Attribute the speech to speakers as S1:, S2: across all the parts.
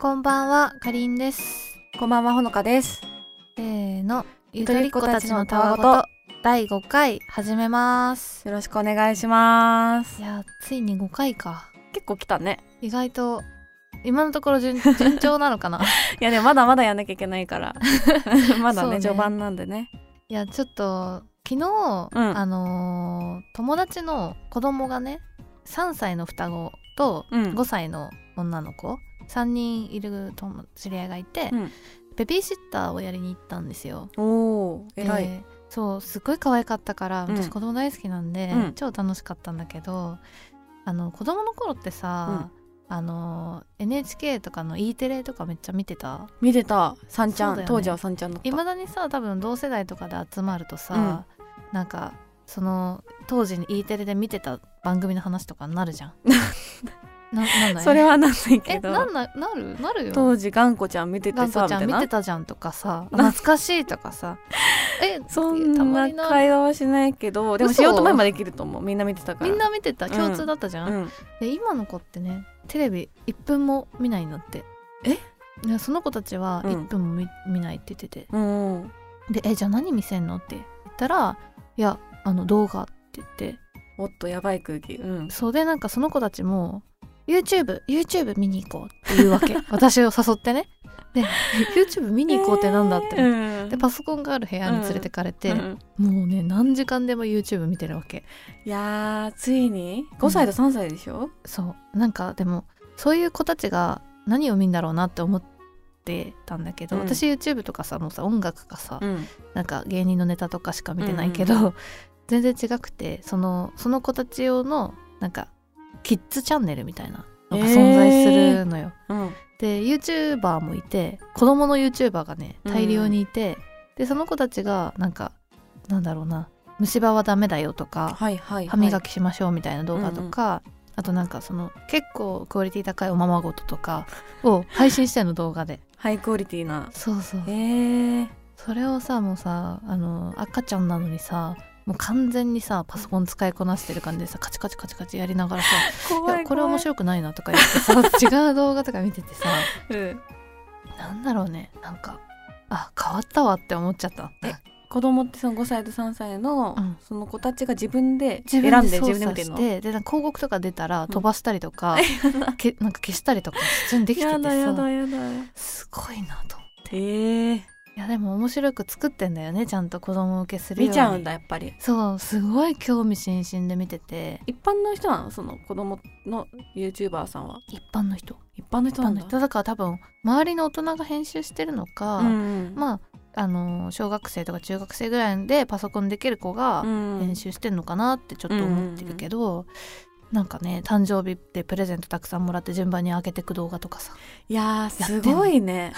S1: こんばんは、かりんです。
S2: こんばんは、ほのかです。
S1: せーの、ゆ
S2: と
S1: とり
S2: り
S1: っ
S2: っ
S1: 子
S2: 子
S1: た
S2: た
S1: ち
S2: ち
S1: の
S2: の
S1: たわ
S2: 戯
S1: ご
S2: 言
S1: と、第5回、始めます。
S2: よろしくお願いします
S1: い。や、ついに5回か。
S2: 結構来たね。
S1: 意外と、今のところ 順順調なのかな。
S2: いや、でもまだまだやんなきゃいけない から。まだ
S1: そう
S2: ね
S1: ね
S2: 序盤なんでね。
S1: いや、ちょっと、昨日、
S2: うん
S1: あのー友達の子供がね、3歳の双子と
S2: うん
S1: 5歳の女の子、3人いる友知り合いがいて、
S2: うん
S1: ベビーシッターをやりに行ったんですよ。
S2: おー、偉い。
S1: でそうすっごい可愛かったから
S2: うん
S1: 私子供大好きなんで、
S2: うん
S1: 超楽しかったんだけどあの子供の頃ってさ、あの NHK とかの E テレとかめっちゃ見てた
S2: 見てた、さんち
S1: そ
S2: ゃ。
S1: うんだよね
S2: 当時はさんちゃんだった。
S1: いまだにさ多分同世代とかで集まるとさ、なんかその当時に E テレで見てた番組の話とかになるじ ゃん。ななんだい
S2: それはなんないけ
S1: えな
S2: ど
S1: ん。ななるなるよ。
S2: 当時、がんこちゃん見て
S1: ガ
S2: て
S1: ン
S2: さ、
S1: コ
S2: み
S1: ちゃ
S2: たい
S1: ん見
S2: な
S1: て。たじゃんとかさ懐かしいとかさえ
S2: そ
S1: た
S2: ん
S1: ま
S2: な
S1: にな
S2: 会話はしないけど、でも
S1: 嘘
S2: しようと思えばできると思う。みんな見てたから。
S1: みんな見てた
S2: うん
S1: 共通だったじゃん、
S2: うん。
S1: で今の子ってねテレビ1分も見ないんだって
S2: え
S1: いやその子たちは
S2: うん
S1: 1分も見,、見ないって言ってて
S2: うん。
S1: で「えじゃあ何見せんの?」って言ったら「いやあの動画」って言って
S2: おっと、やばい空気。うん。
S1: そうでなんかその子たちも「YouTubeYouTube 見に行こう」って言うわ け私を誘ってねで「YouTube 見に行こうってなんだ」って、
S2: えーうん
S1: でパソコンがある部屋に連れてかれて、
S2: うん
S1: もうね何時間でも YouTube 見てるわけ
S2: いやー、ついに5歳と3歳でしょ
S1: そうなんかでもそういう子たちが何を見んだろうなって思ってたんだけど、
S2: うん
S1: 私 YouTube とかさもうさ音楽かさ、
S2: うん。
S1: なんか芸人のネタとかしか見てないけど、
S2: うん
S1: 全然違くてそのその子たち用のなんかキッズチャンネルみたいなのが存在するのよ。
S2: うん。
S1: で YouTuber もいて子供の YouTuber がね大量にいて、でその子たちがなんかなんだろうな虫歯はダメだよとか、
S2: はいはい、はい。
S1: 歯磨きしましょうみたいな動画とか、あとなんかその結構クオリティ高いおままごととかを配信してんの動画で
S2: ハイクオリティな。
S1: そうそう
S2: えー、
S1: それをさもうさあの赤ちゃんなのにさもう完全にさパソコン使いこなしてる感じでさカチカチカチカチやりながらさ「いやこれ面白くないな」とか言ってさ違う動画とか見ててさ
S2: い。うん、
S1: なんだろうねなんかあ変わったわって思っちゃった
S2: え子供ってその5歳と3歳の、
S1: うん
S2: その子たちが自分で
S1: 自
S2: 選ん
S1: 分で
S2: で
S1: 操
S2: 自分で見
S1: 作
S2: て
S1: し
S2: る
S1: て
S2: の。
S1: でなんか広告とか出たら飛ばしたりとか、けなんか消したりとか普通にできててさ
S2: やだ。
S1: すごいなと思って
S2: えー、
S1: いやでも面白く作ってんだよねちゃんと子供受けするように
S2: 見ちゃうんだやっぱり。
S1: そうすごい興味津々で見てて
S2: 一般の人なのその子供の YouTuber さんは。
S1: 一般の人
S2: 一般の
S1: 一
S2: 人な
S1: 般
S2: ん
S1: の
S2: だ。
S1: 人だから多分周りの大人が編集してるのか、
S2: うん、あ、
S1: まああの小学生とか中学生ぐらいでパソコンできる子が
S2: うん、
S1: 編集してんのかなってちょっと思ってるけど、なんかね誕生日でプレゼントたくさんもらって順番に開けてく動画とかさ
S2: いやー
S1: やってん
S2: す
S1: の
S2: ごいね。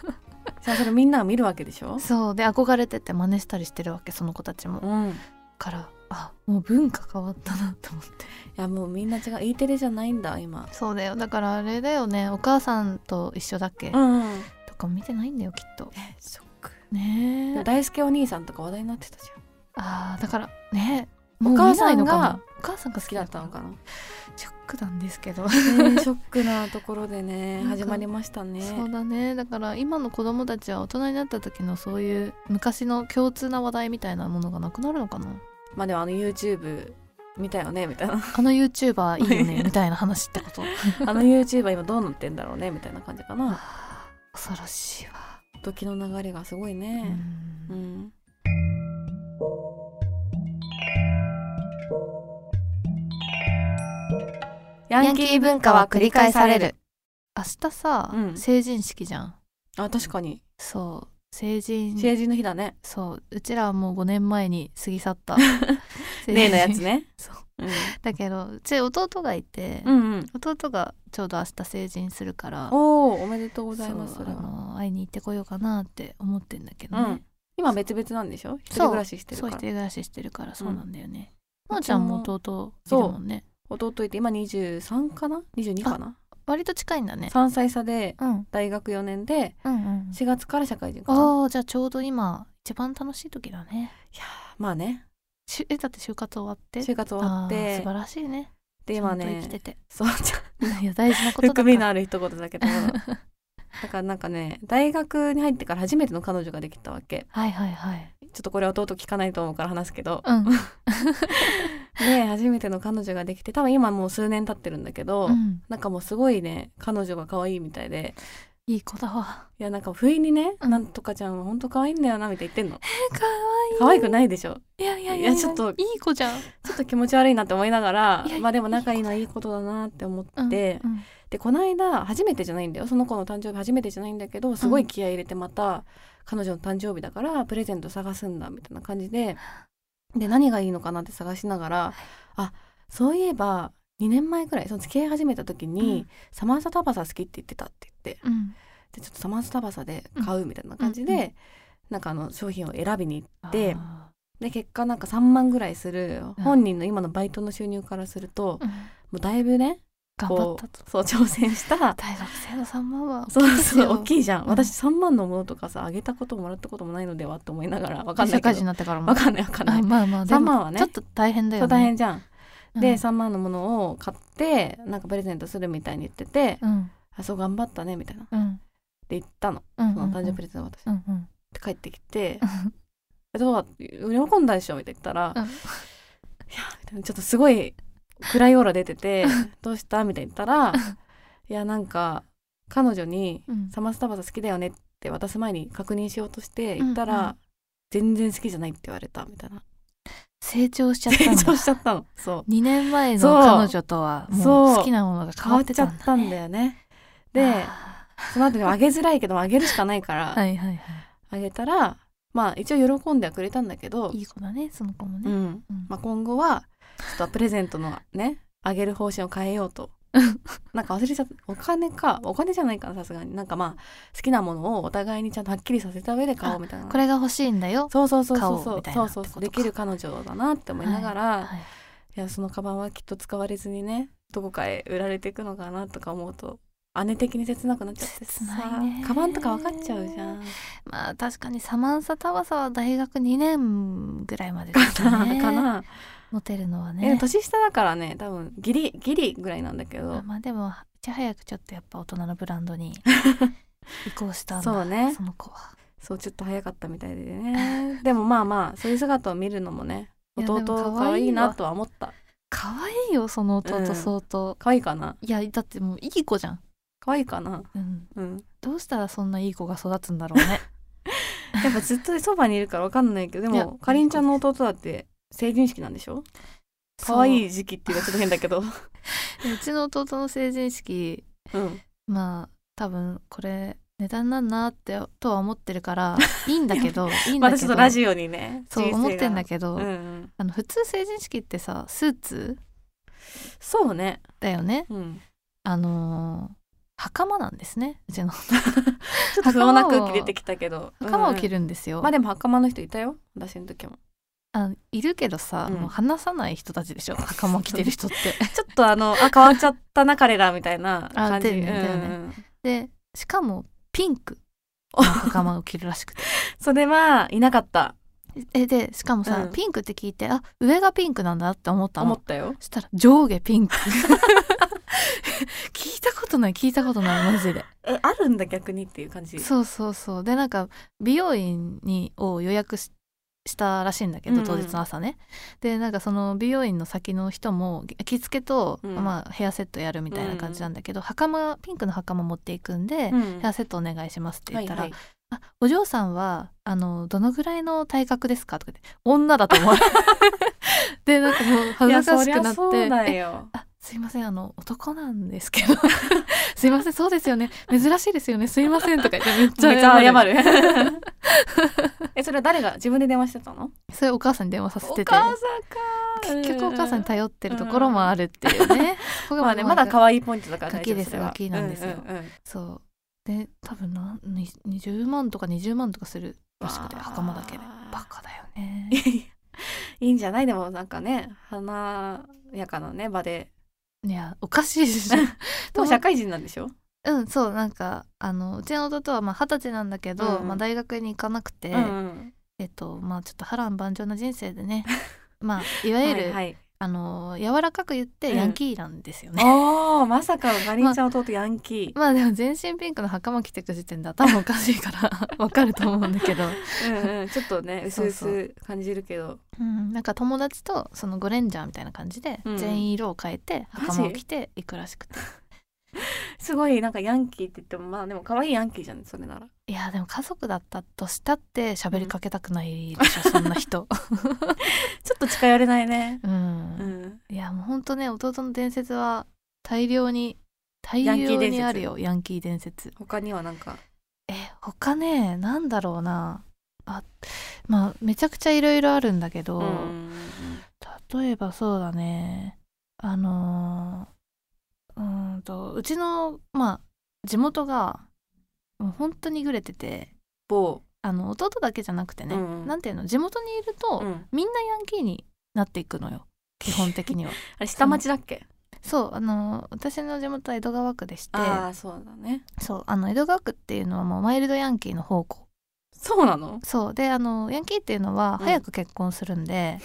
S2: じゃあそれみんなが見るわけでしょ。
S1: そうで憧れてて真似したりしてるわけその子たちも、
S2: うん。い
S1: からあもう文化変わったなと思って。
S2: やもうみんな違う E テレじゃないんだ今。
S1: そうだよだからあれだよねお母さんと一緒だっけ、
S2: うん。
S1: とか見てないんだよきっと
S2: えショック。
S1: ねえ
S2: 大輔お兄さんとか話題になってたじゃん
S1: あーだからねもう
S2: お母さん
S1: 見ないのかな
S2: が
S1: お母さんが
S2: 好きだったのかな、
S1: ショックなんですけど、
S2: ねえショック なところでね
S1: なんか
S2: 始まりましたね
S1: そうだねだから今の子供たちは大人になった時のそういう昔の共通な話題みたいなものがなくなるのかな
S2: まあでもあの YouTube 見たよねみたい な
S1: あの YouTuber いいよ ねみたいな話ってこと
S2: あの YouTuber 今どうなってんだろうねみたいな感じかな
S1: あー恐ろしいわ、
S2: 時の流れがすごいうねうん
S1: ん、
S2: ヤ
S1: 明日さ、
S2: うん
S1: 成人式じゃん
S2: あ確かに
S1: そう成人
S2: 成人の日だね
S1: そううちらはもう5年前に過ぎ去った 成人
S2: 例のやつ ね
S1: そう
S2: うん
S1: だけどうち弟がいて、
S2: うんうん
S1: 弟がちょうど明日成人するから
S2: おおおめでとうございます
S1: そう
S2: そ
S1: あ
S2: れは
S1: の会いに行ってこようかなって思ってんだけど
S2: う
S1: ね、
S2: ん今別々なんでしょ一人暮らししてる
S1: そう
S2: か
S1: 一
S2: ら
S1: 人暮らししてるからそうなんだよね、まーちゃんも弟いる
S2: そう
S1: もんね
S2: 弟いて今23かな22かな
S1: 割と近いんだね
S2: 3歳差で
S1: うんうん
S2: 大学4年で
S1: うん
S2: 4月から社会人かな
S1: ああじゃあちょうど今一番楽しい時だね
S2: まあね
S1: しえだって就活終わって
S2: 就活終わっ
S1: あー
S2: て
S1: 素晴らしいね
S2: で今
S1: ちゃんと生きて
S2: ね
S1: て
S2: そうちゃ ん
S1: いや大事なことだか
S2: 含みの
S1: ら
S2: ある一言だけどだからなんかね大学に入ってから初めての彼女ができたわけ
S1: はいはいはい。
S2: ちょっとこれ弟聞かないと思うから話すけ ど
S1: うん。
S2: で初めての彼女ができて多分今もう数年経ってるんだけど、
S1: うん
S2: なんかもうすごいね彼女が可愛いみたいで
S1: いい子だわ。
S2: いやなんか不意にね、
S1: うん
S2: なんとかちゃんは本当可愛いんだよなみたいな言ってんの
S1: かわい
S2: 可愛くないでしょ
S1: い。いやいやい
S2: い
S1: や
S2: やちょっと
S1: いい子じゃん。
S2: ちょっと気持ち悪いなって思いながら
S1: いや
S2: まあでも仲いいのはいいことだなって思って、
S1: うん
S2: で
S1: うん
S2: この間初めてじゃないんだよその子の誕生日初めてじゃないんだけどすごい気合い入れてまた彼女の誕生日だからプレゼント探すんだみたいな感じでで何がいいのかなって探しながらあそういえば2年前くらいその付き合い始めた時に、
S1: うん
S2: サマンサタバサ好きって言ってたって言って
S1: うん。
S2: でちょっとサマンサタバサで買うみたいな感じで、
S1: うんうんう
S2: なんかあの商品を選びに行って
S1: あ
S2: で結果なんか3万ぐらいする
S1: うん
S2: 本人の今のバイトの収入からすると、
S1: ー、うん
S2: もうだいぶね
S1: 頑張っ
S2: こ
S1: たと。
S2: うそう挑戦 した
S1: 大学生の3万は
S2: そうそう大
S1: い
S2: きいじゃん、
S1: うん
S2: 私3万のものとかさあげたこともらったこともないのではって思いながらわかんな
S1: 社
S2: いけ
S1: 会人に
S2: ど
S1: なってからも
S2: わ。かんないわかんない
S1: あ、まあまあ、で
S2: 3
S1: も
S2: 万はね
S1: ちょっと大変だ
S2: そ
S1: よ
S2: う
S1: ね。
S2: 大変じゃん、
S1: うん
S2: で、3万のものを買ってなんかプレゼントするみたいに言ってて、
S1: うん。
S2: あそう頑張ったねみたいなっ
S1: うん。
S2: て言ったの
S1: うん。
S2: その誕生日プレゼントの私、
S1: う
S2: っ
S1: んうん。
S2: て帰ってきて「どうだって喜んだでしょ」みたいな言ったら「
S1: うん
S2: いや」みたいなちょっとすごい暗いオーラ出てて「どうした?」みたいに言ったら「いやなんか彼女に
S1: うん
S2: サマスタバサ好きだよねって渡す前に確認しようとして行ったら、
S1: うんうん
S2: 全然好きじゃないって言われたみたいな
S1: 成長しちゃった
S2: 成
S1: ん
S2: 長
S1: だ。
S2: しちゃったのそう
S1: 2年前の
S2: そう
S1: 彼女とはも
S2: そうう
S1: 好きなものが変
S2: 変
S1: わ
S2: わ
S1: っ
S2: ってち
S1: た
S2: ゃ
S1: ん
S2: っ
S1: だ
S2: たんだよねで
S1: あ
S2: その後にあげづらいけどもあげるしかないから
S1: ー はいはいは
S2: あげたらまあ一応喜んではくれたんだけど
S1: いいい子だねその子も
S2: う
S1: ね、
S2: ん
S1: うん
S2: まあ、今後はちょっとプレゼントのねあげる方針を変えよ うとなんか忘れちゃったお金かお金じゃないかなさすがになんかまあ好きなものをお互いにちゃんとはっきりさせた上で買おうみたいな
S1: これが欲しいんだよ
S2: そうそうそうそ
S1: 買
S2: う
S1: おう
S2: そ
S1: み
S2: う
S1: たい
S2: そ
S1: な
S2: うそ
S1: っ
S2: う
S1: て
S2: そ
S1: こ
S2: う
S1: と
S2: で
S1: か
S2: きる彼女だなって思いながら、い
S1: はい
S2: やそのカバンはきっと使われずにねどこかへ売られていくのかなとか思うと姉的に切なくなっちゃってさ
S1: 切ないね
S2: カバンとか分かっちゃうじゃん、
S1: まあ確かにサマンサタバサは大学2年ぐらいまでです
S2: かな、
S1: ね
S2: かな、
S1: モテるのは
S2: え
S1: ね
S2: 年下だからね多分ギリギリぐらいなんだけど、
S1: まあでもいち早くちょっとやっぱ大人のブランドに移行したんだ
S2: そうね
S1: その子は
S2: そうちょっと早かったみたいでね でもまあまあそういう姿を見るのもね
S1: いや
S2: 弟
S1: でも可愛いわ
S2: 可愛いなとは思った
S1: 可愛いよその
S2: う
S1: 弟
S2: ん
S1: 相当、
S2: 可愛いかない
S1: やだってもういい子じゃん、
S2: 可愛いかな
S1: うん、
S2: うん
S1: どうしたらそんないい子が育つんだろうね
S2: やっぱずっとそばにいるからわかんないけどで
S1: いや
S2: もかりんちゃんの弟だって成人式なんでしょ 可愛い時期っていうのはちょっと変 だけど
S1: そううちの弟の成人式
S2: うん
S1: まあ多分これ値段なんなってとは思ってるからいいんだけ どいいん
S2: ま
S1: だ
S2: た
S1: け
S2: ちょ
S1: ど、
S2: っとラジオにね
S1: そう思ってんだけど、
S2: うんうん、
S1: あの普通成人式ってさスーツ
S2: そうね
S1: だよね
S2: うん
S1: あのー袴なんですねうちの
S2: ちょっと不毛な空気出てきたけど
S1: 袴を着
S2: る、
S1: るんですよ、
S2: まあでも袴の人いたよ私の時も
S1: あいるけどさ、
S2: うん
S1: もう話さない人たちで しょ袴着てる人って
S2: ちょっとあのあ変わっちゃったな彼らみたいな感じ
S1: あだよねだよね
S2: うんうん
S1: でしかもピンクの袴を着るらしくて
S2: それはいなかった
S1: えでしかもさ、
S2: うん
S1: ピンクって聞いてあ上がピンクなんだって思った
S2: 思
S1: の
S2: ったよ
S1: したら上下ピンク 聞いたことない聞いたことないマジで
S2: えあるんだ逆にっていう感じ
S1: そうそうそうでなんか美容院にを予約ししたらしいんだけ
S2: うんう
S1: ど
S2: ん
S1: 当日の朝ね、でなんかその美容院の先の人も着付けと、
S2: うん
S1: まあ、ヘアセットやるみたいな感じなんだけど、袴ピンクの袴持っていくんで、
S2: うん
S1: ヘアセットお願いしますって言ったら「
S2: はいはい
S1: あお嬢さんはあのどのぐらいの体格ですか?」とか言って「女だと思う」 でなんかもう恥ずかしく
S2: い
S1: な
S2: やそりゃ
S1: っ
S2: そうだ
S1: て
S2: よ
S1: あすいませんあの男なんですけど すいませんそうですよね珍しいですよねすいませんとか言ってめっちゃ
S2: めっちゃ謝
S1: る
S2: る えそれは誰が自分で電話してたの
S1: それお母さんに電話させてて
S2: さ
S1: 結局お母さんに
S2: よ
S1: 頼ってるところもあるっていうね、ここが
S2: まあねまだ
S1: わ
S2: 可愛いポイントだから
S1: ガキです
S2: 大丈夫
S1: ガキなんですよ
S2: それはうんうんうん
S1: そうで多分なに20万とか20万とかするらしくて
S2: わあ
S1: 袴だけでバカだよ ね
S2: いいんじゃないでもなんかね華やかなね場で
S1: いやおかしいでしょ
S2: でも社会人なんでしょ
S1: うんそうなんかあのうちの弟はまあ二十歳なんだけど、
S2: うん
S1: まあ、大学に行かなくて、
S2: うんうん
S1: えっとまあちょっと波乱万丈な人生でねまあいわゆる
S2: はいはい
S1: あの柔らかく言ってヤンキーなんですよね、
S2: おーまさかのガリンちゃん弟ヤンキ
S1: まあでも全身ピンクの袴着てく時点で頭おかしいから わかると思うんだけど、
S2: ー、うんうん、ちょっとね薄
S1: そうそう
S2: 々感じるけど
S1: うん、なんか友達とそのゴレンジャーみたいな感じで
S2: うん
S1: 全員色を変えて
S2: マジ
S1: 袴を着て行くらしくて、
S2: すごいなんかヤンキーって言ってもまあでも可愛いヤンキーじゃんそれなら
S1: いやでも家族だったとしたって喋りかけたくないで しょ、そんな人
S2: ちょっと近寄れないね
S1: う、
S2: うんん
S1: いやもうほんとね弟の伝説は大量に大
S2: ヤンキー
S1: 量
S2: 伝説
S1: にあるよヤンキー伝説
S2: 他にはなんか
S1: え他ねなんだろうなあまあめちゃくちゃいろいろあるんだけど、
S2: うんうん
S1: 例えばそうだねあのーうーんとうちのまあ地元がもう本当にぐれてて
S2: 某
S1: あの弟だけじゃなくてね、
S2: うんうん
S1: なんていうの地元にいると、
S2: うん
S1: みんなヤンキーになっていくのよ基本的 には
S2: あれ下町だっけ
S1: そうあのー私の地元は江戸川区でして
S2: ああそうだね
S1: そうあの江戸川区っていうのはもうマイルドヤンキーの宝庫
S2: そうなの
S1: そうであのヤンキーっていうのは
S2: うん
S1: 早く結婚するん で、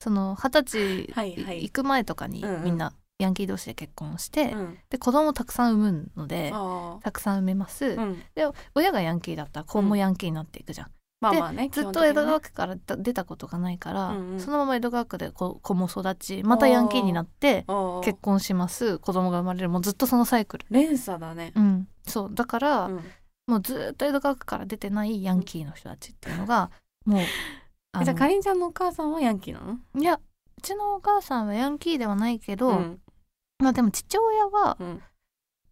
S1: その二十
S2: は
S1: 歳
S2: いはい
S1: 行く前とかに
S2: うんうん
S1: みんなヤンキー同士で結婚して、
S2: うん
S1: で子供たくさん産むので
S2: あ
S1: たくさん産めます、
S2: あうん
S1: 親がヤンキーだったら子もヤンキーになっていくじゃん、
S2: まあまあね
S1: ずっと江戸川
S2: 区
S1: 区からだ出たことがないから、
S2: うんうん
S1: そのまま江戸川区で子子も育ちまたヤンキーになって結構結婚します子供が生まれるもうずっとそのサイクル
S2: 連鎖だね
S1: うんそうだから、
S2: うん
S1: もうずっと江戸川区から出てないヤンキーの人たちっていうのが もうあ
S2: えじゃ
S1: の
S2: あかりんちゃんのお母さんはヤンキーなの
S1: いやうちのお母さんはヤンキーではないけど、
S2: うん
S1: まあでも父親は
S2: うん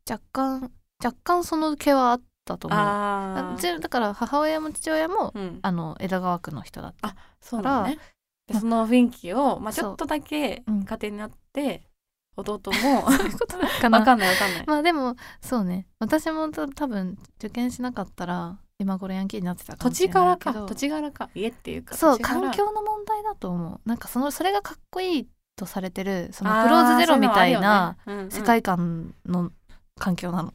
S1: 若干若干その気はあったと思う
S2: あ
S1: う
S2: あ
S1: ちだから母親も父親も
S2: うん
S1: あの江戸川区の人だった
S2: あそうなのねでその雰囲気をまあちょっとだけ家
S1: そううん
S2: 庭になって弟 も
S1: ことなのかな
S2: わかんないわかんない
S1: まあでもそうね私もた多分受験しなかったら今頃ヤンキーになってたか
S2: 土
S1: もしれ
S2: 地
S1: な
S2: 柄
S1: いけ
S2: か
S1: ど
S2: 土地柄か家っていうか
S1: そう
S2: 土地柄
S1: 環境の問題だと思うなんかそのそれがかっこいいとされてるそのクローズゼロみたいな
S2: あーそううのあるよねうんうん
S1: 世界観の環境なの、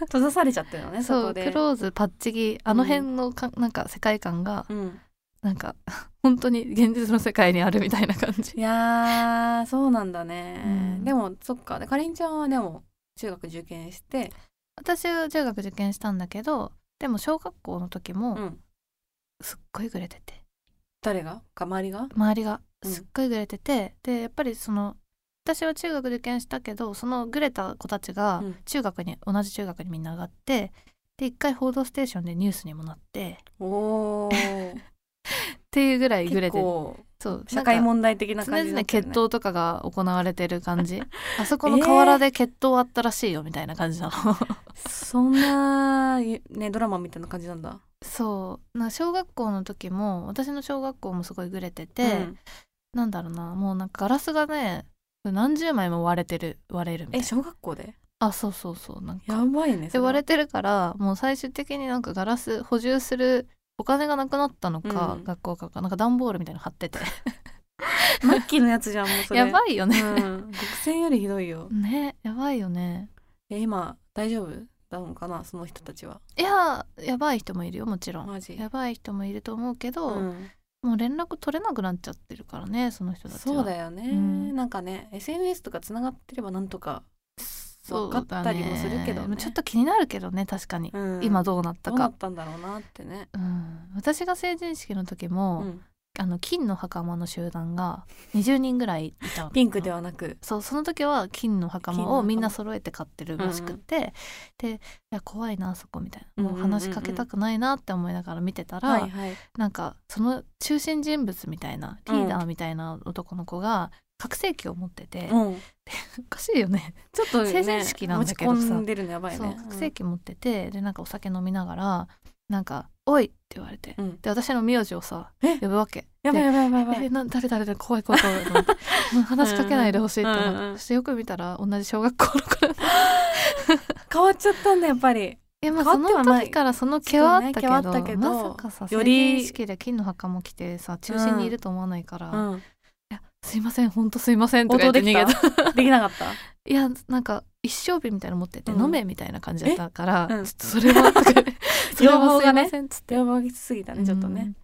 S2: 閉ざされちゃってるのねそ
S1: そ
S2: こ
S1: う
S2: で
S1: クローズパッチギあの辺のか、なんか世界観が
S2: うん
S1: なんか本当に現実の世界にあるみたいな感じ
S2: いやーそうなんだね、
S1: うん
S2: でもそっかでかりんちゃんはでも中学受験して、
S1: 私は中学受験したんだけどでも小学校の時
S2: う
S1: も
S2: ん、
S1: すっごいぐれてて
S2: 誰がか周りが
S1: 周りが
S2: うん
S1: すっごいぐれてて、でやっぱりその私は中学受験したけどそのぐれた子たちが
S2: うん
S1: 中学に、同じ中学にみんな上がってで一回「報道ステーション」でニュースにもなって
S2: おお
S1: っていうぐらいぐ
S2: 結
S1: れて
S2: 構
S1: そう
S2: 社会
S1: なんか
S2: 問題的な感じ
S1: 常
S2: にな
S1: 々
S2: ってる
S1: 決
S2: ね
S1: 闘とかが行われてる感 じあそこの河原で決闘あったらしいよみたいな感じなの
S2: そんなねドラマみたいな感じなんだ
S1: そうな小学校の時も私の小学校もすごいぐれてて、
S2: うん
S1: なんだろうなもうなんかガラスがね何十枚も割れてる割れるみたい
S2: え
S1: な
S2: 小学校で
S1: あそうそうそうなん
S2: や
S1: か
S2: ばいね
S1: で割れ
S2: て
S1: てるからもう最終的になんかガラス補充するお金がなくなったのか、
S2: うん
S1: 学校からかなんか段ボールみたいなの貼ってて
S2: マッキーのやつじゃんもうそれ
S1: やばいよね、
S2: うん、極戦よりひどいよ
S1: ねやばいよね
S2: え今大丈夫だのかなその人たちはい
S1: ややばい人もいるよもちろん
S2: マジ
S1: やばい人もいると思うけど、
S2: うん
S1: もう連絡取れなくなっちゃってるからねその人たちは
S2: そうだよね、
S1: うん
S2: なんかね SNS とかつながってればなんとか
S1: そう
S2: わかったりもするけど
S1: だ
S2: ね
S1: ねちょっと気になるけどね確かに、
S2: うん
S1: 今どうなった
S2: どうな
S1: か
S2: ったんだろうなってね、
S1: うん、私が成人式の時
S2: う
S1: も、
S2: ん、
S1: あの金の袴の集団が20人ぐらいいたの
S2: ピンクではなく
S1: そうその時は金の
S2: 金の
S1: 袴
S2: 袴
S1: をみんな揃えて買ってるらしくて、でいや怖いなあそこみたいなも
S2: ん
S1: う
S2: う
S1: う
S2: んうんうん
S1: 話しかけたくないなって思いながら見てたら、
S2: はいはい
S1: なんかその中心人物みたいなリーダーみたいな男の子が拡声器を持ってて、
S2: うん
S1: おかしいよね
S2: ちょっとね
S1: 成人式なんだけどさ
S2: 持ち込んでるのやばい
S1: そう
S2: ね
S1: 拡声器持ってて、でなんかお酒飲みながらなんか「おい!」って言われて、
S2: うんうん
S1: で私の名字をさ
S2: え
S1: 呼ぶわけ
S2: やばいやばいやばいやば
S1: え
S2: い
S1: な誰誰誰怖い怖い怖いと思 ってもう話しかけないでほしいって思って、
S2: うんうんうん
S1: そしてよく見たら同じ小学校の頃
S2: 変わっちゃったんだやっぱり
S1: いやまあ
S2: 変
S1: そ
S2: わっ
S1: の
S2: てはない
S1: 時からその毛はあったけ
S2: そ
S1: ど,、
S2: うね毛はあったけど
S1: まさかさ
S2: よ
S1: 成
S2: り
S1: 人式で金の袴着てさ中心にいると思わないから「い
S2: うん
S1: やすいませんほんとすいません」と
S2: 応
S1: か言
S2: 答
S1: って
S2: で
S1: 逃
S2: き
S1: げ
S2: た
S1: た
S2: できなかった
S1: いやなんか一生日みたいなの持ってて「
S2: うん
S1: 飲め」みたいな感じだったから「
S2: えうん
S1: ちょっとそれ は」とかね「それ
S2: 要望
S1: はす
S2: が
S1: い
S2: ね
S1: ません」っつって。
S2: 電話がきつすぎたねちょっとね、
S1: うん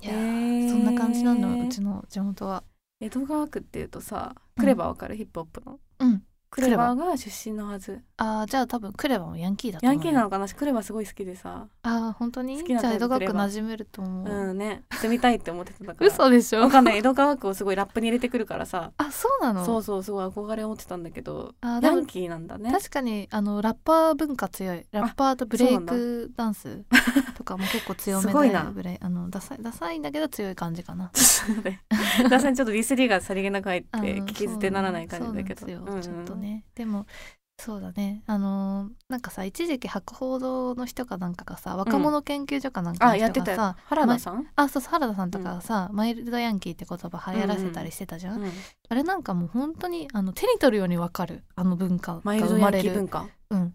S1: いや
S2: へー
S1: そんな感じなのうちの地元は
S2: 江戸川区っていうとさクレバーわかる、ヒップホップの
S1: うん
S2: クレバーが出身のはず
S1: ああじゃあ多分クレバもヤンキーだと
S2: ヤ
S1: 思う
S2: ンキーなのかな私クレバーすごい好きでさ
S1: ああ本当に
S2: 好きな
S1: じゃあ江戸川区
S2: クレバ
S1: 馴染めると思
S2: う
S1: う、
S2: んね住みたいって思ってたんだから
S1: 嘘でしょ
S2: わかんない江戸川区をすごいラップに入れてくるからさ
S1: あそうなの
S2: そうそうすごい憧れを持ってたんだけど
S1: あで
S2: ヤ
S1: も
S2: ンキーなんだね
S1: 確かにあのラッパー文化強いラッパーとブレイクダンスとかも結構強め です
S2: ごいな
S1: ブレイあのダサいダサいんだけど強い感じか な
S2: ダサいちょっとディスリがさりげなく入って
S1: あの
S2: 聞き捨てならない感じだけど
S1: そうなん
S2: うんうん
S1: ですよちょっとねでもそうだねあのなんかさ一時期博報堂の人かなんかがさ若者研究所かなんかの
S2: あやっ
S1: 人
S2: てた
S1: が
S2: よ
S1: さ、
S2: 原田さん
S1: あそうそう原田さんとかがさ、マイルドヤンキーって言葉流行らせたりしてたじゃん、
S2: うん
S1: あれなんかもう本当にあの手に取るようにわかるあの文化が
S2: マイル
S1: 生
S2: ドヤ
S1: ま
S2: ン
S1: れ
S2: キー
S1: る
S2: 文化
S1: うん、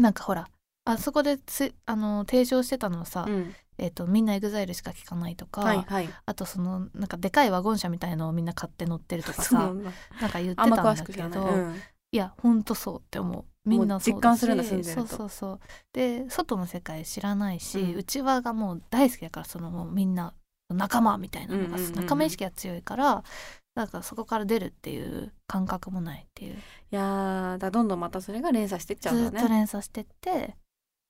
S1: なんかほらあそこでつあの提唱してたのはさ、
S2: うん
S1: えっとみんなエグザイルしか聞かないとか、
S2: はいはい
S1: あとそのなんかでかいワゴン車みたいのをみんな買って乗ってるとか
S2: そうな
S1: さ
S2: んだ
S1: なんか言って
S2: あんま
S1: た
S2: 詳
S1: ん
S2: し
S1: だ
S2: く知
S1: け
S2: らない
S1: ど、
S2: うん
S1: いやほんとそうって思うみんなそうだし
S2: もう実感するんだ住んでると
S1: そうそうそうで外の世界知らないし、
S2: うん
S1: うちわがもう大好きだからそのもうみんな仲間みたいなのが、
S2: うんうんうんうん
S1: 仲間意識が強いからなんかそこから出るっていう感覚もないっていう
S2: いやーだからどんどんまたそれが連鎖してっちゃうん
S1: ず
S2: だ
S1: っと
S2: ね
S1: 連鎖してって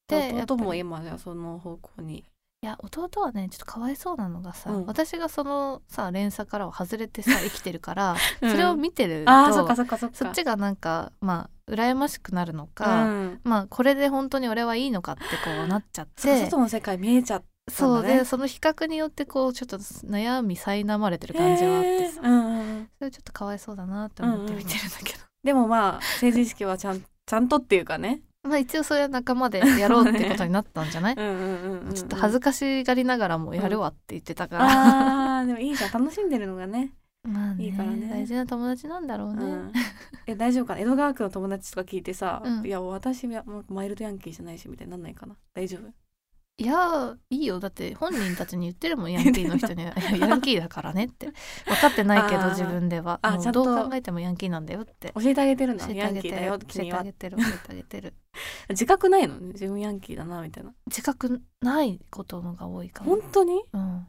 S1: でやっぱ
S2: 弟
S1: り
S2: も今じゃあその方向に
S1: いや弟はねちょっとかわいそうなのがさ、
S2: うん
S1: 私がそのさ連鎖からは外れ てさ生きてるから、そ
S2: そ
S1: れ
S2: れ
S1: を
S2: を見
S1: 見てると
S2: ああそっかそっかそっか
S1: そっちがなんかまあ羨ましくなるの
S2: う
S1: か、
S2: ん
S1: まあこれで本当に俺はいいのかってこうなっちゃっ
S2: そう
S1: て
S2: 外の世界見えちゃっ
S1: そう
S2: そうだ
S1: で
S2: ね
S1: その比較によってこうちょっと悩み苛まれて
S2: て
S1: る感じはあってさ、
S2: うんうんうん
S1: それちょっとかわいそうだなって思って見てるんだけど、
S2: でもまあ成人式はちゃんちゃんとっていうかね
S1: まあ一応それは仲間でやろうってことになったんじゃない、
S2: うんうんうんうんうん
S1: ちょっと恥ずかしがりながらもやるわって言ってたから、
S2: あーでもいいじゃん楽しんでるのがね、
S1: まあね
S2: いいからね
S1: 大事な友達なんだろう
S2: う
S1: ね、
S2: ん、え大丈夫かな江戸川区の友達とか聞いてさ「
S1: うん
S2: いや私はもうマイルドヤンキーじゃないし」みたいになんないかな大丈夫
S1: いやいいよだって本人たちに言ってるもんヤンキーの人 には「いやヤンキーだからね」って分かってないけ
S2: あ
S1: ど
S2: ー
S1: 自分では
S2: あ
S1: もう
S2: ちゃん
S1: ど
S2: と
S1: う考えてもヤンキーなんだよって
S2: 教えてあげてるん
S1: 教
S2: だ
S1: えて
S2: ヤ
S1: あ
S2: ン
S1: げ
S2: キ
S1: て
S2: ーだよ
S1: る教え
S2: 君
S1: てあ
S2: は
S1: げてる教えてあげてる
S2: 自覚ないのね自分ヤンキーだなみたいな
S1: 自覚ないことのが多いかも
S2: 本当に
S1: うん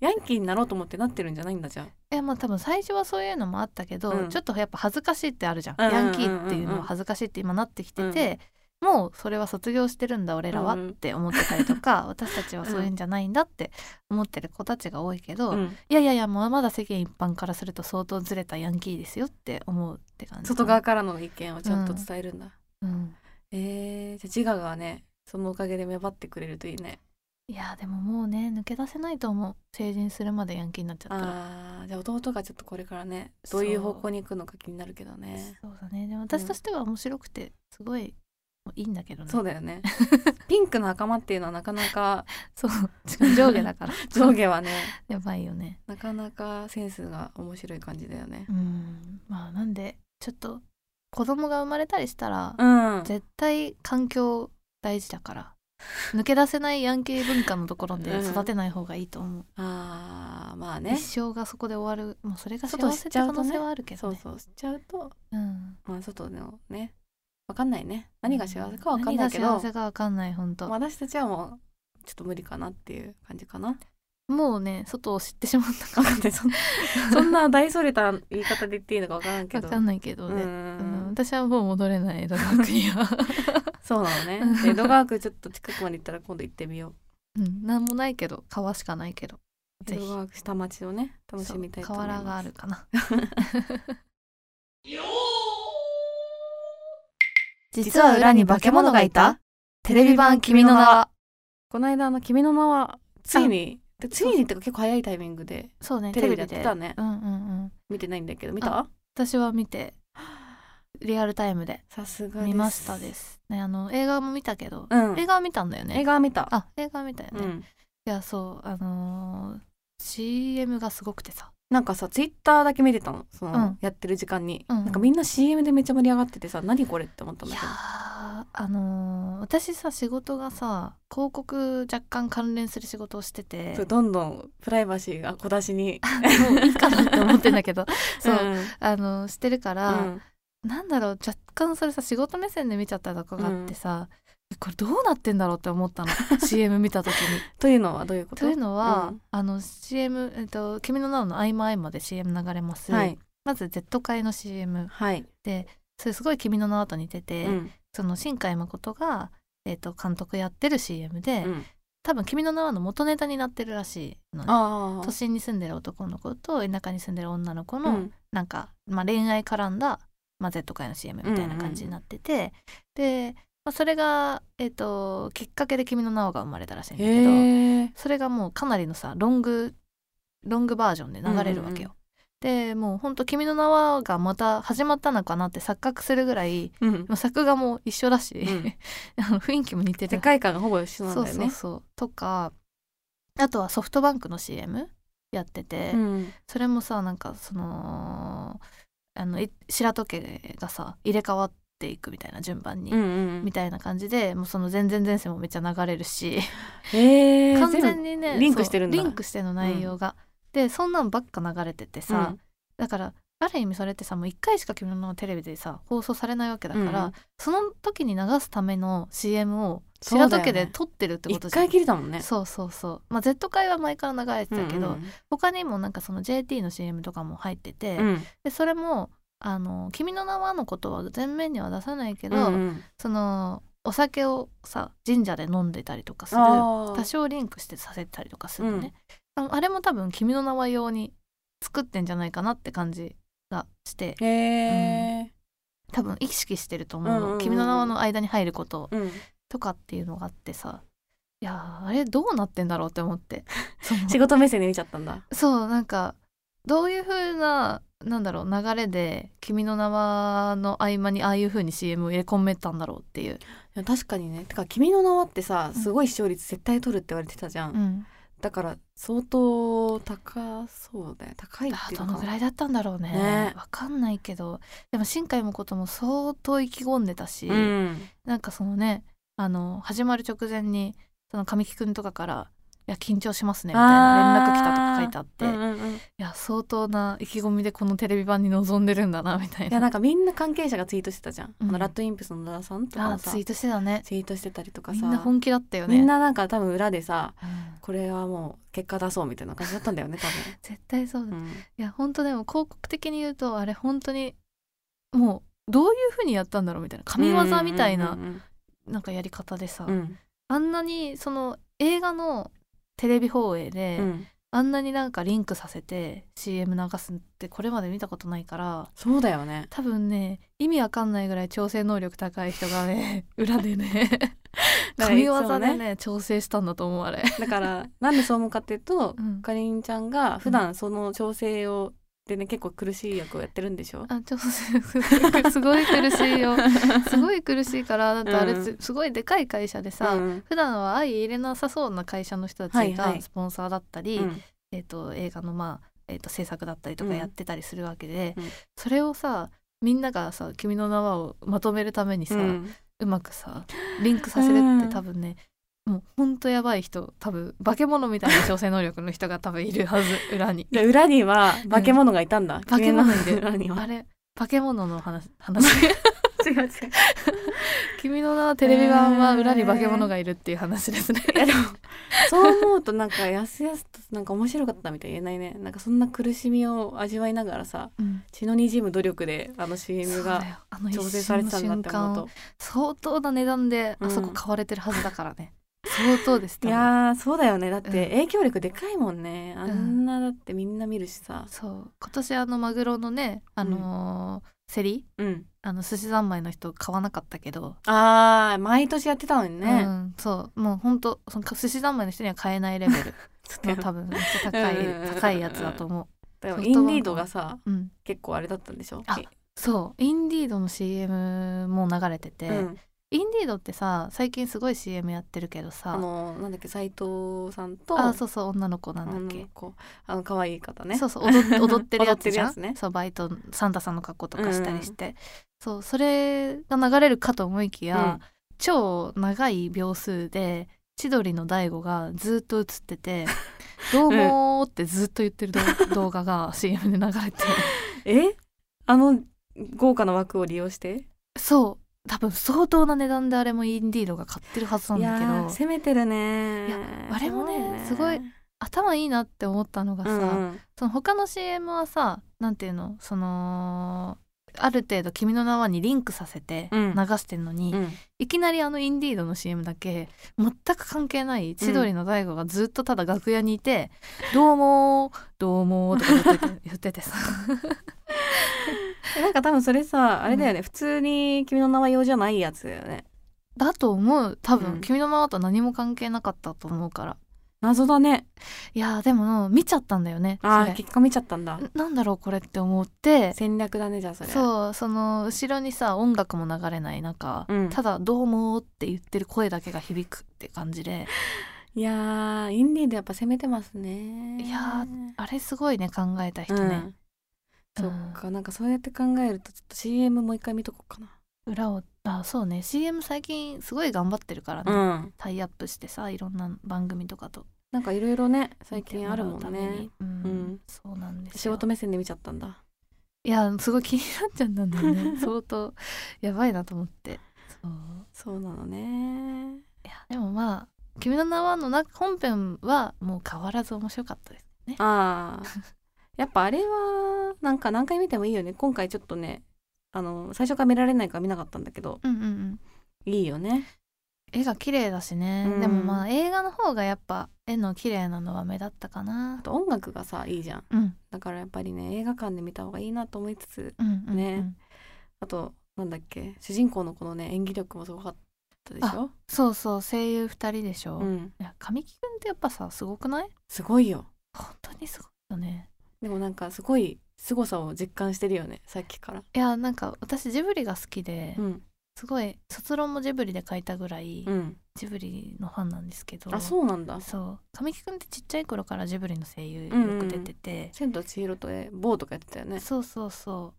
S2: ヤンキーになろうと思ってなってるんじゃないんだじゃ
S1: いやまあ多分最初はそういうのもあったけど、
S2: うん
S1: ちょっとやっぱ恥ずかしいってあるじゃん,、
S2: うんうんうんうん
S1: ヤンキーっていうのは恥ずかしいって今なってきてて、もうそれは卒業してるんだ俺らはって思ってたりとか、私たちはそういうんじゃないんだって思ってる子たちが多いけど、
S2: あ、うん
S1: いやいやいやまあまだ世間一般からすると相当ずれたヤンキーですよって思うって感じ
S2: 外側、からの意見をちゃんと伝えるんだ、
S1: うん、
S2: えー、じゃあ自我がねそのおかげで芽張ってくれるといいね
S1: いやでももうね抜け出せないと思う成人するまでヤンキーになっちゃったら
S2: あーじゃあ弟がちょっとこれからねどういう方向に行くのか気になるけどね
S1: そうだねでも私としては面白くてすごいいいんだけどね、
S2: そうだよね ピンクの袴っていうのはなかな か
S1: そう しかも上下だから
S2: 上下はね
S1: やばいよね
S2: なかなかセンスが面白い感じだよね
S1: うんまあなんでちょっと子供が生まれたりしたら、
S2: うん
S1: 絶対環境大事だから抜け出せないヤンキー文化のところで育てない方がいいと思う、
S2: あーまあね
S1: 一生がそこで終わるもうそれが幸
S2: 外知
S1: せ
S2: っ
S1: っ
S2: ち
S1: て
S2: ゃ
S1: 可
S2: うと
S1: 能
S2: ね
S1: 性はあるけ
S2: そ
S1: ど
S2: う
S1: ね
S2: そうしちゃうと、
S1: うん
S2: まあ、外のねわかんないね何が幸せかわかんないけ
S1: 何が
S2: ど
S1: 幸せかわかんない本当、
S2: 私たちはもうちょっと無理かなっていう感じかな
S1: もうね外を知ってしまった
S2: わ
S1: か
S2: かん ないそんそんな大それた言い方で言っていいのかわからんけ
S1: ら
S2: ど
S1: わかんないけど
S2: う
S1: ね、
S2: ん
S1: うん私はもう戻れない江戸川区に は、
S2: そうなのねで江戸川区ちょっと近くまで行ったら今度行ってみよう
S1: うん、何もないけど川しかないけど
S2: 江
S1: ぜ
S2: 戸
S1: ひ
S2: 川区下町をね楽しみたいと
S1: そう
S2: 思い
S1: 河原
S2: ます
S1: があるか な実は裏に化け物がいたテレビ版君の名は
S2: この間あの「君の名は」ついにでついにってか結構早いタイミングで
S1: そうね
S2: テレビでやってたね
S1: うんうんうん
S2: 見てないんだけど見た
S1: 私は見 てリアルタイムで
S2: さすがです
S1: 見ましたです。ね、あの映画も見たけど、
S2: うん
S1: 映画は見たんだよね。
S2: 映画は見た
S1: あ、映画は見たよね。
S2: う
S1: い
S2: ん
S1: や、そう、あのー CM がすごくてさ。
S2: なんかさツイッターだけ見てたのその、
S1: うん
S2: やってる時間に、
S1: うん
S2: なんかみんな CM でめっちゃ盛り上がっててさ何これって思ったん
S1: い
S2: だ
S1: や
S2: け
S1: ー、あのー私さ、仕事がさ、広告若干関連する仕事をしてて
S2: ど、そうどんどんプライバシーが小出しに
S1: もういいかなって思ってんだけど、そう、
S2: ん
S1: あのーしてるから、
S2: うん
S1: なんだろう、若干それさ、仕事目線で見ちゃったとこがあってさ、これどうなってんだろうって思っ たの CM 見た時に。
S2: というのはどういうこと
S1: というのは、
S2: うん
S1: あの CM、えっと「君の名の合間合間」で CM 流れます、
S2: はい
S1: まず Z 界の CM
S2: はい、
S1: でそれすごい「君の名」と似てて、
S2: うん
S1: その新海誠が、えっと監督やってる CM で、
S2: うん
S1: 多分「君の名は」の元ネタになってるらしいのね
S2: ああ
S1: 都心に住んでる男の子と田舎に住んでる女の子
S2: う
S1: の、
S2: ん
S1: なんか、まあ、恋愛絡んだ、まあ、Z 界の CM みたいな感じになってて、で、まあ、それが、えっときっかけで「君の名は」が生まれたらしいんだけど。
S2: へえ
S1: それがもうかなりのさロングロングバージョンで流れるわけよ。でもうほんと「君の名は」がまた始まったのかなって錯覚するぐらい
S2: うん
S1: もう作画も一緒だし、 あの雰囲気も似てる
S2: 世界観がほぼ一緒なんだ
S1: そ
S2: よ
S1: う
S2: ね
S1: そうそうとかあとはソフトバンクの CM やってて、
S2: うん
S1: それもさなんかそのあのい白戸家がさ入れ替わっていくみたいな順番に、
S2: うんうん
S1: みたいな感じでもうその全然前世もめっちゃ流れるし。
S2: へ え
S1: 完全にね
S2: リンクしてるんだ
S1: そうリンクしての内容が、でそんなんばっか流れててさ、だからある意味それってさもう1回しか君の名はテレビでさ放送されないわけだから、
S2: うん
S1: その時に流すための CM を
S2: そう
S1: 白
S2: だよね
S1: 戸家で撮ってるって
S2: 一、
S1: ことじゃん
S2: 回きりだもんね
S1: そうそうそうまあ Z 界は前から流れてたけど、
S2: うん
S1: 他にもなんかその JT の CM とかも入ってて、
S2: うんうん
S1: でそれもあの「君の名は」のことは全面には出さないけど、
S2: うんうん
S1: そのお酒をさ神社で飲んでたりとかする
S2: あー
S1: 多少リンクしてさせたりとかするのね、あのあれも多分「君の名は」用に作ってんじゃないかなって感じがして
S2: へえ、
S1: 多分意識してると思う
S2: うんうん
S1: の「
S2: うん
S1: 君の名は」の間に入ること
S2: うん
S1: とかっていうのがあってさいやーあれどうなってんだろうって思 ってその
S2: 仕事目線で見ちゃったんだ
S1: そうなんかどういう風ななんだろう流れで「君の名は」の合間にああいう風に CM を入れ込めたんだろうっていう。
S2: いや確かにねてか「君の名は」ってさ
S1: うん
S2: すごい視聴率絶対取るって言われてたじゃん、
S1: うん、
S2: だから相当高そうだよ高いっ
S1: あ
S2: ていう
S1: ど
S2: か
S1: のぐらいだったんだろうね
S2: ね
S1: わかんないけどでも新海誠も相当意気込んでたし、
S2: うん
S1: なんかそのねあの始まる直前にその神木くんとかから「いや緊張しますね」みたいな連絡来たとか書いてあって、
S2: うん
S1: い
S2: うんうんい
S1: や相当な意気込みでこのテレビ版に臨んでるんだなみたい
S2: や
S1: な。
S2: なんかみんな関係者がツイートしてたじゃん、あ
S1: う
S2: の
S1: ん
S2: ラッドインプスの野田さんと
S1: あ
S2: か
S1: あ
S2: さ
S1: ツイートしてたね
S2: ツイートしてたりとかさ
S1: みんな本気だったよね
S2: みんななんか多分裏でさ
S1: うん
S2: これはもう結果出そうみたいな感じだったんだよね多
S1: 絶対そうだ、
S2: 分、
S1: い
S2: うん
S1: や本当でも広告的に言うとあれ本当にもうどういうふうにやったんだろうみたいな神業みたい
S2: うん
S1: な
S2: うん
S1: なんかやり方でさ、
S2: うんうん
S1: あんなにその映画のテレビ放映で、
S2: うん
S1: あんなになんかリンクさせて CM 流すってこれまで見たことないから
S2: そうだよね
S1: 多分ね意味わかんないぐらい調整能力高い人がね 裏でね
S2: だから
S1: 神
S2: いつもね
S1: 業でね調整したんだと思うあれ。
S2: だからなんでそう思うかっていうと、
S1: うん
S2: かりんちゃんが普段その調整をでね結構苦しい役をやってるんでしょ
S1: あ調整すごい 苦しい よすごい苦しいからだってあれ
S2: うん
S1: すごいでかい会社でさ、
S2: うん
S1: 普段は相入れなさそうな会社の人たち
S2: はいは
S1: が
S2: い
S1: スポンサーだったり、
S2: うん
S1: えー、と映画の、まあえー、と制作だったりとか
S2: うん
S1: やってたりするわけで、
S2: うん
S1: それをさみんながさ「君の名は」をまとめるためにさ、
S2: う
S1: うんまくさリンクさせる
S2: う
S1: っ
S2: ん
S1: て多分ね、もうほんとやばい人多分化け物みたいな調整能力の人が多分いるはず裏 に。
S2: で裏には化け物がいたんだ、
S1: 化け物
S2: 君の
S1: で
S2: 裏に
S1: あ
S2: は
S1: れ化け物の話話
S2: 違う違う
S1: 君の名はテレビ版は裏に化け物がいるっていう話ですね。
S2: いやでもそう思うとなんかやすやすとなんか面白かったみたいに言えないねなんかそんな苦しみを味わいながらさ
S1: うん
S2: 血のにじむ努力であの CM
S1: そうだ
S2: が
S1: よあの一
S2: 調整され
S1: 瞬
S2: て
S1: の
S2: たんだ
S1: 瞬間
S2: って思うと
S1: 相当な値段であそこ買われてるはずだからね、相当です
S2: い
S1: 多分
S2: やーそうだよねだって
S1: うん
S2: 影響力でかいもんねあんなだってみんな見るしさ
S1: そう今年あのマグロのねあのー競り
S2: うん
S1: あの寿司三昧の人買わなかったけど、
S2: あー毎年やってたのに
S1: う
S2: ね、
S1: ん、そうもうほんとその寿司三昧の人には買えない レベル
S2: ちょっと
S1: の
S2: やば
S1: 多分めっちゃ高い
S2: うんうんうん
S1: 高いやつだと思
S2: で
S1: ソフトバン
S2: も
S1: ク
S2: インディードがさ
S1: う、うん、
S2: 結構あれだったんでしょ
S1: あ
S2: え
S1: そうインディードの CM も流れてて、
S2: うん、
S1: インディードってさ最近すごい CM やってるけど
S2: あ
S1: さ
S2: のなんだっけ斎藤さんと
S1: あそうそう女の子なんだっ
S2: あ
S1: け
S2: の子あの可愛い方ね
S1: そうそう踊っ踊ってるやつじゃん
S2: 踊ってるやつね
S1: そうバイトサンタさんの格好とかしたりして、そうそれが流れるかと思いきや、超長い秒数で千鳥の大悟がずっと映って て「どうも」ってずっと言ってる動動画が CM で流れて
S2: えあの豪華な枠を利用して
S1: そう多分相当な値段であれもインディードが買ってるはずなん
S2: い
S1: だ
S2: や
S1: け
S2: ー
S1: ど
S2: 攻めてるね
S1: いやあれもね
S2: そ
S1: す
S2: う
S1: ごい頭いいなって思ったのがさ、
S2: うんうん
S1: その他の CM はさなんていうのそのある程度「君の名は」にリンクさせて
S2: う
S1: 流
S2: ん
S1: してんのに、
S2: うん
S1: いきなりあのインディードの CM だけ全く関係ない千鳥の大悟がずっとただ楽屋にい て「どうもーどうもー」とか言ってて言っててさ
S2: えなんか多分それさあれだよね、普通に「君の名は」用じゃないやつだよね
S1: だと思う多分、
S2: うん
S1: 君の名は」と何も関係なかったと思うから
S2: 謎だね
S1: いやーでも見ちゃったんだよね
S2: あ
S1: そ
S2: ー
S1: れ
S2: 結果見ちゃったんだ
S1: んなんだろうこれって思って
S2: 戦略だねじゃあそれう
S1: そうその後ろにさ音楽も流れない中、
S2: うん
S1: ただ「どうも」って言ってる声だけが響くって感じで
S2: いやーインディーでやっぱ攻めてますね
S1: いやあれすごいね考えた人
S2: うん
S1: ね、
S2: そっかなんかそうやって考えるとちょっと CM もう一回見とこうか
S1: 裏をあそうね CM 最近すごい頑張ってるからね、
S2: なうん
S1: タイアップしてさいろんな番組とかと
S2: なんかいろいろね最
S1: 見て
S2: 近
S1: も
S2: あ
S1: ら
S2: る
S1: う
S2: も
S1: た
S2: ん
S1: め
S2: ね
S1: にうん、
S2: うん
S1: そうなんです
S2: 仕
S1: よ
S2: 事目線で見ちゃったんだ
S1: いやすごい気になっちゃったんだよ ね相当やばいなと思ってそう
S2: そうなの
S1: い
S2: ね
S1: やでもまあ「君の名は」の中本編はもう変わらず面白かったですね
S2: ああ やっぱあれはなんか何回見てもいいよね今回ちょっとねあの最初から見られないから見なかったんだけど
S1: うんうんうん
S2: いいよね
S1: 絵が綺麗だしね、
S2: うん
S1: でもまあ映画の方がやっぱ絵の綺麗なのは目立ったかな
S2: あと音楽がさいいじゃん
S1: うん
S2: だからやっぱりね映画館で見た方がいいなと思いつつ
S1: うんうん、うん
S2: ね、あとなんだっけ主人公のこのね演技力もすごかったでしょ
S1: そうそう声優二人でしょ、
S2: う
S1: い
S2: ん
S1: や神木くんってやっぱさすごくない
S2: すごいよ
S1: 本当にすごいよね
S2: でもなんかすごい凄さを実感してるよねさっきから
S1: いやなんか私ジブリが好きで、
S2: うん
S1: すごい卒論もジブリで書いたぐらい、
S2: うん
S1: ジブリのファンなんですけど
S2: あそうなんだ
S1: そう神木くんってちっちゃい頃からジブリの声優よ
S2: うんうん
S1: く出てて、
S2: 千と千尋とえ棒とかやってたよね
S1: そうそうそ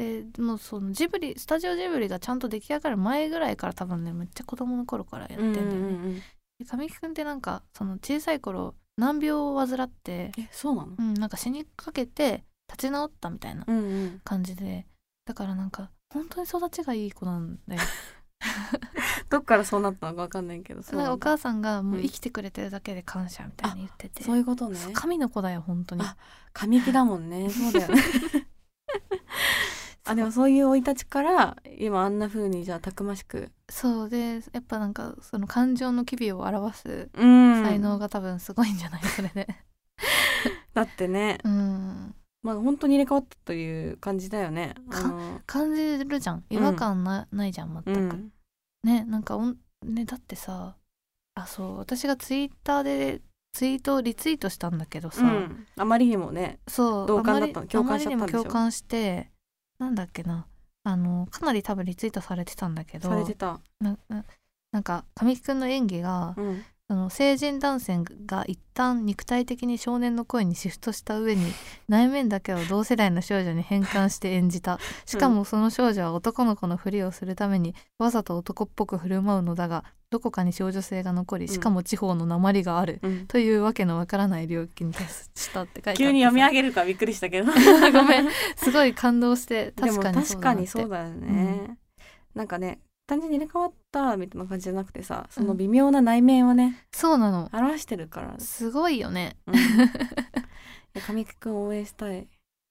S1: うでもうそのジブリスタジオジブリがちゃんと出来上がる前ぐらいから多分ねめっちゃ子供の頃からやってんだよね、
S2: うんうんうん
S1: で神木くんってなんかその小さい頃難病を患って、
S2: えそうなの
S1: うん、なんか死にかけて立ち直ったみたいな
S2: うんうん
S1: 感じでだからなんか本当に育ちがいい子なんだよ
S2: どっからそうなったのかわかんないけど そう
S1: なん
S2: な
S1: かお
S2: んだ
S1: 母さんがもううん生きてくれてるだけで感謝みたいに言ってて、
S2: そういうことね
S1: そう神の子だよ本当に
S2: あ神木だもん ねそうだよねあでもそういう生い立ちから今あんな風にじゃあたくましく
S1: そうでやっぱなんかその感情の機微を表す
S2: うん
S1: 才能が多分すごいんじゃない、それで
S2: だってね
S1: うん
S2: まあ本当に入れ替わったという感じだよねあの
S1: 感じるじゃん違和感な,、ないじゃん
S2: う
S1: 全く、
S2: ん
S1: ねなんかおんねだってさあそう私がツイッターでツイートをリツイートしたんだけどさ、
S2: うんあまりにもね
S1: そう
S2: 同感だったの
S1: あ
S2: 共
S1: ま
S2: 感
S1: り
S2: し
S1: あ
S2: ち
S1: まりにも
S2: ゃったんでしょ
S1: 共感してなんだっけなあのかなり多分リツイートされてたんだけど
S2: されてた、
S1: なななんか神木くんの演技が、
S2: うん、
S1: その成人男性が一旦肉体的に少年の声にシフトした上に内面だけを同世代の少女に変換して演じたしかもその少女は男の子のふりをするためにわざと男っぽく振る舞うのだがどこかに少女性が残りしかも地方の鉛がある、
S2: うん
S1: というわけのわからない領域に達したって書いてあってさ
S2: 急に読み上げるからびっくりしたけ ど
S1: ごめんすごい感動して
S2: で
S1: 確
S2: も
S1: かにそう
S2: 確
S1: だな
S2: か
S1: っ
S2: に
S1: て
S2: そうだよね、なんかね単純に入れ替わったみたいな感じじゃなくてさその微妙な内面をね、
S1: そうなの
S2: 表してるから、
S1: すごいよね
S2: うん いや神木君応援したい、
S1: い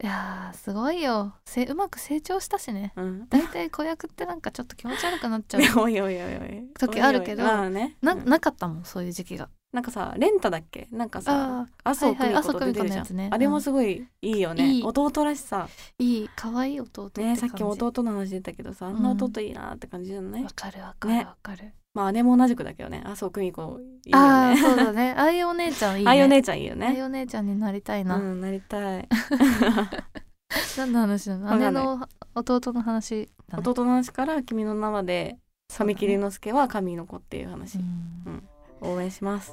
S1: やーすごいよせうまく成長したしね
S2: うん、
S1: 大体子役ってなんかちょっと気持ち悪くなっ ちゃう
S2: おいおいおいおい
S1: 時あるけど
S2: おいおいまあね、
S1: な
S2: うん
S1: なかったもんそういう時期が
S2: なんかさレンタだっけなんかさ麻
S1: は
S2: 生
S1: いは
S2: 久
S1: い
S2: 美子と出て
S1: 麻生久
S2: るじゃん、
S1: 美子のやつね
S2: あれもすごいいいよね、
S1: いい
S2: 弟らしさ
S1: いい可愛い弟って感
S2: ね
S1: じ
S2: さっきも弟の話出たけどさあんな弟いいなって感じじゃない、
S1: わかるわかる
S2: ね
S1: わかる、
S2: まあ姉も同じくだけどね麻生久美子いいよ
S1: ああ
S2: ね
S1: そうだ ねああいうお姉ちゃんいいね
S2: ああいうお姉ちゃんいいよ
S1: ああいう
S2: ね
S1: お姉ちゃんになりたいな、
S2: うんなりたい
S1: 何の話なの
S2: わか
S1: 姉
S2: んない
S1: の弟の話だね
S2: 弟の話から君の名まで
S1: そうだね
S2: 神木隆之介は神の子っていう話、
S1: うん
S2: 応援します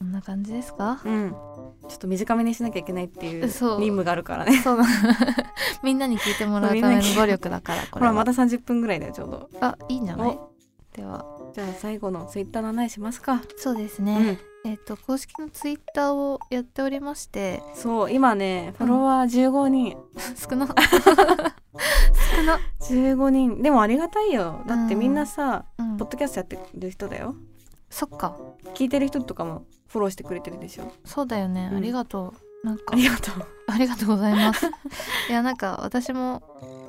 S1: こんな感じですか
S2: うんちょっと短めにしなきゃいけないっていう任
S1: そう
S2: 務があるからね
S1: そうだ みんなに聞いてもらうため
S2: み
S1: の
S2: んなに
S1: 努力だからこ
S2: ほ
S1: れは
S2: らまた30分ぐらいだよちょうど
S1: あいいんじゃない
S2: お
S1: では
S2: じゃあ最後のツイッターの案内しますか、
S1: そうですね、えっ、と公式のツイッターをやっておりまして
S2: うんそう今ねフォロワー15人、
S1: 少な少な、
S2: 15人でもありがたいよだってみんなさ、
S1: うん
S2: ポッドキャストやってる人だよ
S1: そっか
S2: 聞いてる人とかもフォローしてくれてるでしょ
S1: そうだよね、
S2: うん
S1: ありがとうなんか
S2: ありがとう
S1: ありがとうございます いやなんか私も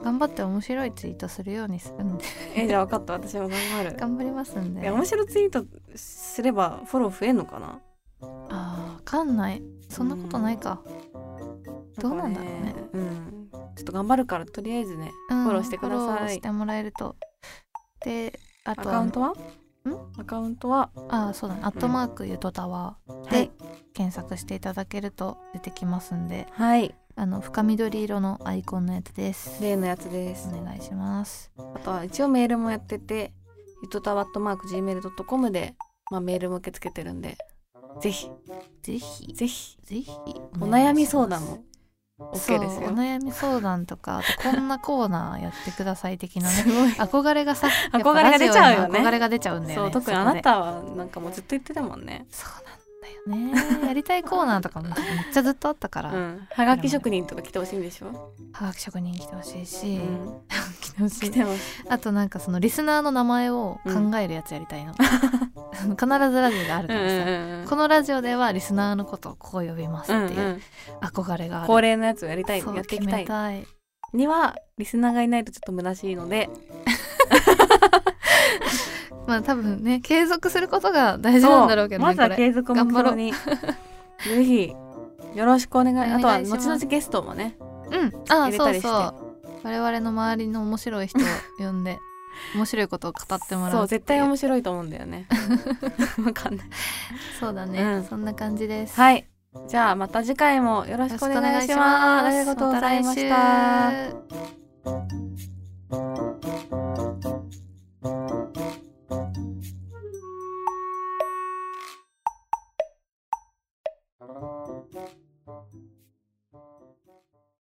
S1: 頑張って面白いツイートするようにするんで
S2: えじゃあ分かった私も頑張る
S1: 頑張りますん
S2: い
S1: で
S2: や
S1: あ
S2: 面白ツイートすればフォロー増えんのかな
S1: あ分かんないそんなことないか、どうなんだろうね
S2: かうんちょっと頑張るからとりあえずね
S1: うん
S2: フォローしてください
S1: フォローしてもらえるとであ
S2: ア
S1: と
S2: カウントはん
S1: ん
S2: アカウントは
S1: ああそうだね「アットマークゆとたわ」
S2: は
S1: で
S2: い
S1: 検索していただけると出てきますんで
S2: はい
S1: あの深緑色のアイコンのやつです
S2: 例のやつです
S1: お願いします
S2: あとは一応メールもやっててゆとたわットマーク Gmail.com で、まあ、メールも受け付けてるんでぜひ
S1: ぜひ
S2: ぜひ
S1: ぜひお
S2: お
S1: 願
S2: 悩
S1: いし
S2: み
S1: ます
S2: 相談も OK です
S1: そうお
S2: よ
S1: 悩み相談とかあとこんなコーナーやってください的なね
S2: すごい
S1: 憧れがさやっぱ
S2: 憧れが出ちゃうよね
S1: ラジオに憧れが出ちゃうんだよね
S2: そう特にあなたはなんかもうずっと言ってたもんね
S1: そこでそうなんだよねやりたいコーナーとかもめっちゃずっとあったから、
S2: うんはがき職人とか来てほしいんでしょ、
S1: はがき職人来てほしいし、
S2: うん、
S1: 来てほし
S2: 来
S1: い
S2: てます
S1: あとなんかそのリスナーの名前を考えるやつやりたいの、あの 必ずラジオがあるからさ、
S2: うんうんうん
S1: このラジオではリスナーのことをこう呼びますって
S2: うん
S1: いう
S2: うん
S1: 憧れがある、
S2: 恒例のやつをやりたい
S1: そう
S2: やっていき
S1: 決
S2: た
S1: め
S2: い
S1: たい
S2: にはリスナーがいないとちょっと虚しいので
S1: まあ多分ね継続することが大事なんだろうけどね
S2: まずは
S1: これ
S2: 継続を目標にぜひよろしくお願いあとは
S1: お願いしま
S2: 後
S1: す
S2: 々ゲストもね
S1: うんあ
S2: 入れ
S1: そ
S2: た
S1: う
S2: りして
S1: そう我々の周りの面白い人を呼ん で面白いことを語ってもらう
S2: そう
S1: ってい
S2: 絶対面白いと思うんだよね わかんない
S1: そうだね、
S2: うん
S1: そんな感じですい
S2: はいじゃあまた次回もよろしくお願いしますありがとうございました
S1: た来週